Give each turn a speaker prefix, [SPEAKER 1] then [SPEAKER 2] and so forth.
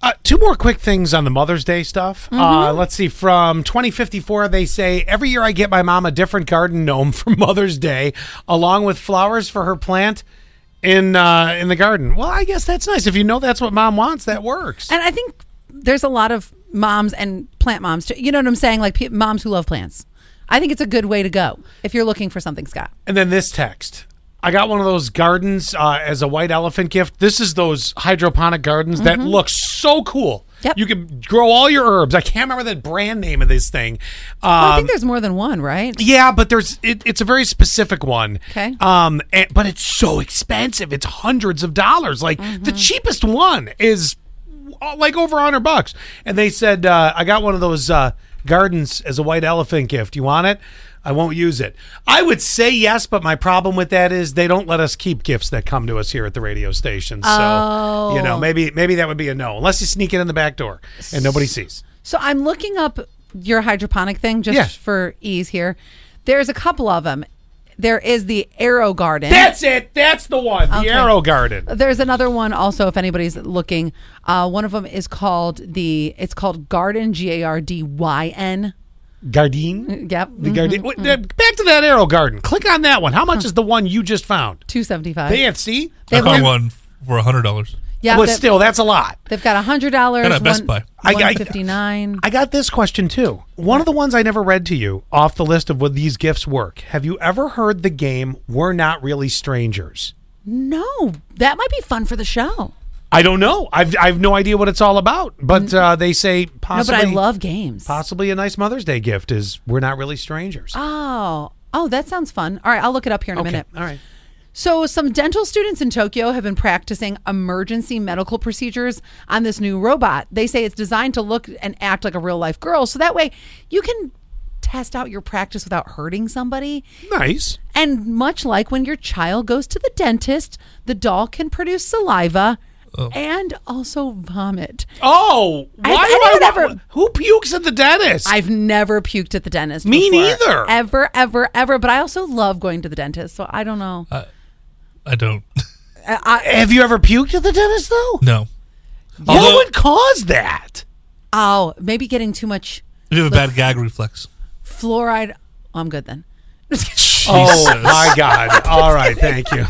[SPEAKER 1] Uh, two more quick things on the Mother's Day stuff. Uh, let's see. From 2054, they say every year I get my mom a different garden gnome for Mother's Day, along with flowers for her plant in uh, in the garden. Well, I guess that's nice. If you know that's what mom wants, that works.
[SPEAKER 2] And I think there's a lot of moms and plant moms. too. You know what I'm saying? Like pe- moms who love plants. I think it's a good way to go if you're looking for something, Scott.
[SPEAKER 1] And then this text. I got one of those gardens uh, as a white elephant gift. This is those hydroponic gardens that look so cool.
[SPEAKER 2] Yep.
[SPEAKER 1] You can grow all your herbs. I can't remember the brand name of this thing.
[SPEAKER 2] I
[SPEAKER 1] Um,
[SPEAKER 2] think there's more than one, right?
[SPEAKER 1] yeah, but there's it, it's a very specific one.
[SPEAKER 2] Okay.
[SPEAKER 1] Um, and- but it's so expensive. It's hundreds of dollars. Like
[SPEAKER 2] Mm-hmm.
[SPEAKER 1] the cheapest one is uh, like over a hundred bucks. And they said uh, I got one of those uh, gardens as a white elephant gift. You want it? I won't use it. I would say yes, but my problem with that is they don't let us keep gifts that come to us here at the radio station. So you know,
[SPEAKER 2] Oh.
[SPEAKER 1] maybe maybe that would be a no, unless you sneak it in the back door and nobody sees.
[SPEAKER 2] So I'm looking up your hydroponic thing just
[SPEAKER 1] Yeah.
[SPEAKER 2] for ease here. There's a couple of them. There is the Arrow Garden.
[SPEAKER 1] That's it. That's the one. The
[SPEAKER 2] Okay. Uh,
[SPEAKER 1] arrow garden.
[SPEAKER 2] There's another one also if anybody's looking. Uh, one of them is called the it's called Garden G A R D Y N.
[SPEAKER 1] Garden.
[SPEAKER 2] Yep.
[SPEAKER 1] The garden. Wait, uh, Back to that arrow garden. Click on that one. How much is the one you just found?
[SPEAKER 2] 275.
[SPEAKER 1] They have see. It
[SPEAKER 2] They have
[SPEAKER 3] Found
[SPEAKER 2] one-
[SPEAKER 3] one for hundred dollars.
[SPEAKER 2] yeah,
[SPEAKER 1] was
[SPEAKER 2] they-
[SPEAKER 1] still that's a lot.
[SPEAKER 2] they've got $100,
[SPEAKER 3] Got it at Best Buy.
[SPEAKER 1] I- I-
[SPEAKER 2] 159.
[SPEAKER 1] I got this question too. One of the ones I never read to you off the list of would these gifts work. Have you ever heard the game We're Not Really Strangers?
[SPEAKER 2] No, that might be fun for the show.
[SPEAKER 1] I don't know. I've I've no idea what it's all about. But uh, they say
[SPEAKER 2] Mm-hmm. No, but
[SPEAKER 1] possibly
[SPEAKER 2] I love games.
[SPEAKER 1] possibly a nice Mother's Day gift is We're Not Really Strangers.
[SPEAKER 2] Oh, oh, that sounds fun. All right, I'll look it up here in a minute.
[SPEAKER 1] All right.
[SPEAKER 2] So, some dental students in Tokyo have been practicing emergency medical procedures on this new robot. They say it's designed to look and act like a real life girl. So that way you can test out your practice without hurting somebody.
[SPEAKER 1] Nice.
[SPEAKER 2] And much like when your child goes to the dentist, the doll can produce saliva
[SPEAKER 3] Oh.
[SPEAKER 2] and also vomit.
[SPEAKER 1] Oh, why do
[SPEAKER 2] Has
[SPEAKER 1] I
[SPEAKER 2] anyone
[SPEAKER 1] want-
[SPEAKER 2] ever-
[SPEAKER 1] Who pukes at the dentist?
[SPEAKER 2] I've never puked at the dentist.
[SPEAKER 1] Me
[SPEAKER 2] before.
[SPEAKER 1] neither.
[SPEAKER 2] Ever, ever, ever. But I also love going to the dentist. So I don't know.
[SPEAKER 3] I don't.
[SPEAKER 1] Have you ever puked at the dentist though?
[SPEAKER 3] no.
[SPEAKER 1] What
[SPEAKER 3] Although-
[SPEAKER 1] would cause that?
[SPEAKER 2] oh, maybe getting too much
[SPEAKER 3] If you have a bad gag reflex.
[SPEAKER 2] fluoride. Oh, I'm good then.
[SPEAKER 3] Jesus.
[SPEAKER 1] Oh my God! All right, thank you.